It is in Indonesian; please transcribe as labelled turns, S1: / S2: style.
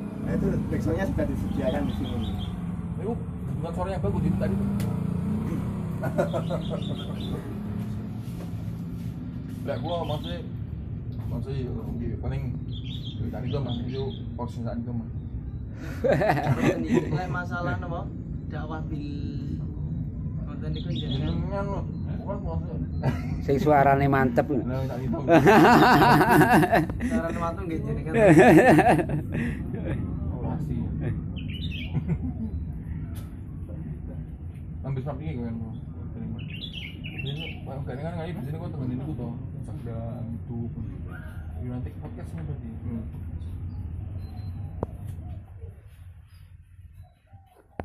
S1: Nah, itu backsoundnya sudah disediakan di sini.
S2: Itu bukan suaranya bagus itu tadi tuh. Lah gua maksudnya maksudnya ya, paling ya, tadi gua mah itu posisian gua mah.
S3: Nek masalah napa? Dakwah bil konten niku jenengan
S2: Jenengan lo, bukan maksudnya. Nah,
S4: Sing suarane mantep.
S2: Lah tak itu.
S3: saran watu nggih jenengan.
S2: Oh, Pasti. Ambil sampingnya gue kan bro. Jadi, wah, gandengan kali di sini gue temenin gue tuh. Cak dan Yunatik podcast nih berarti.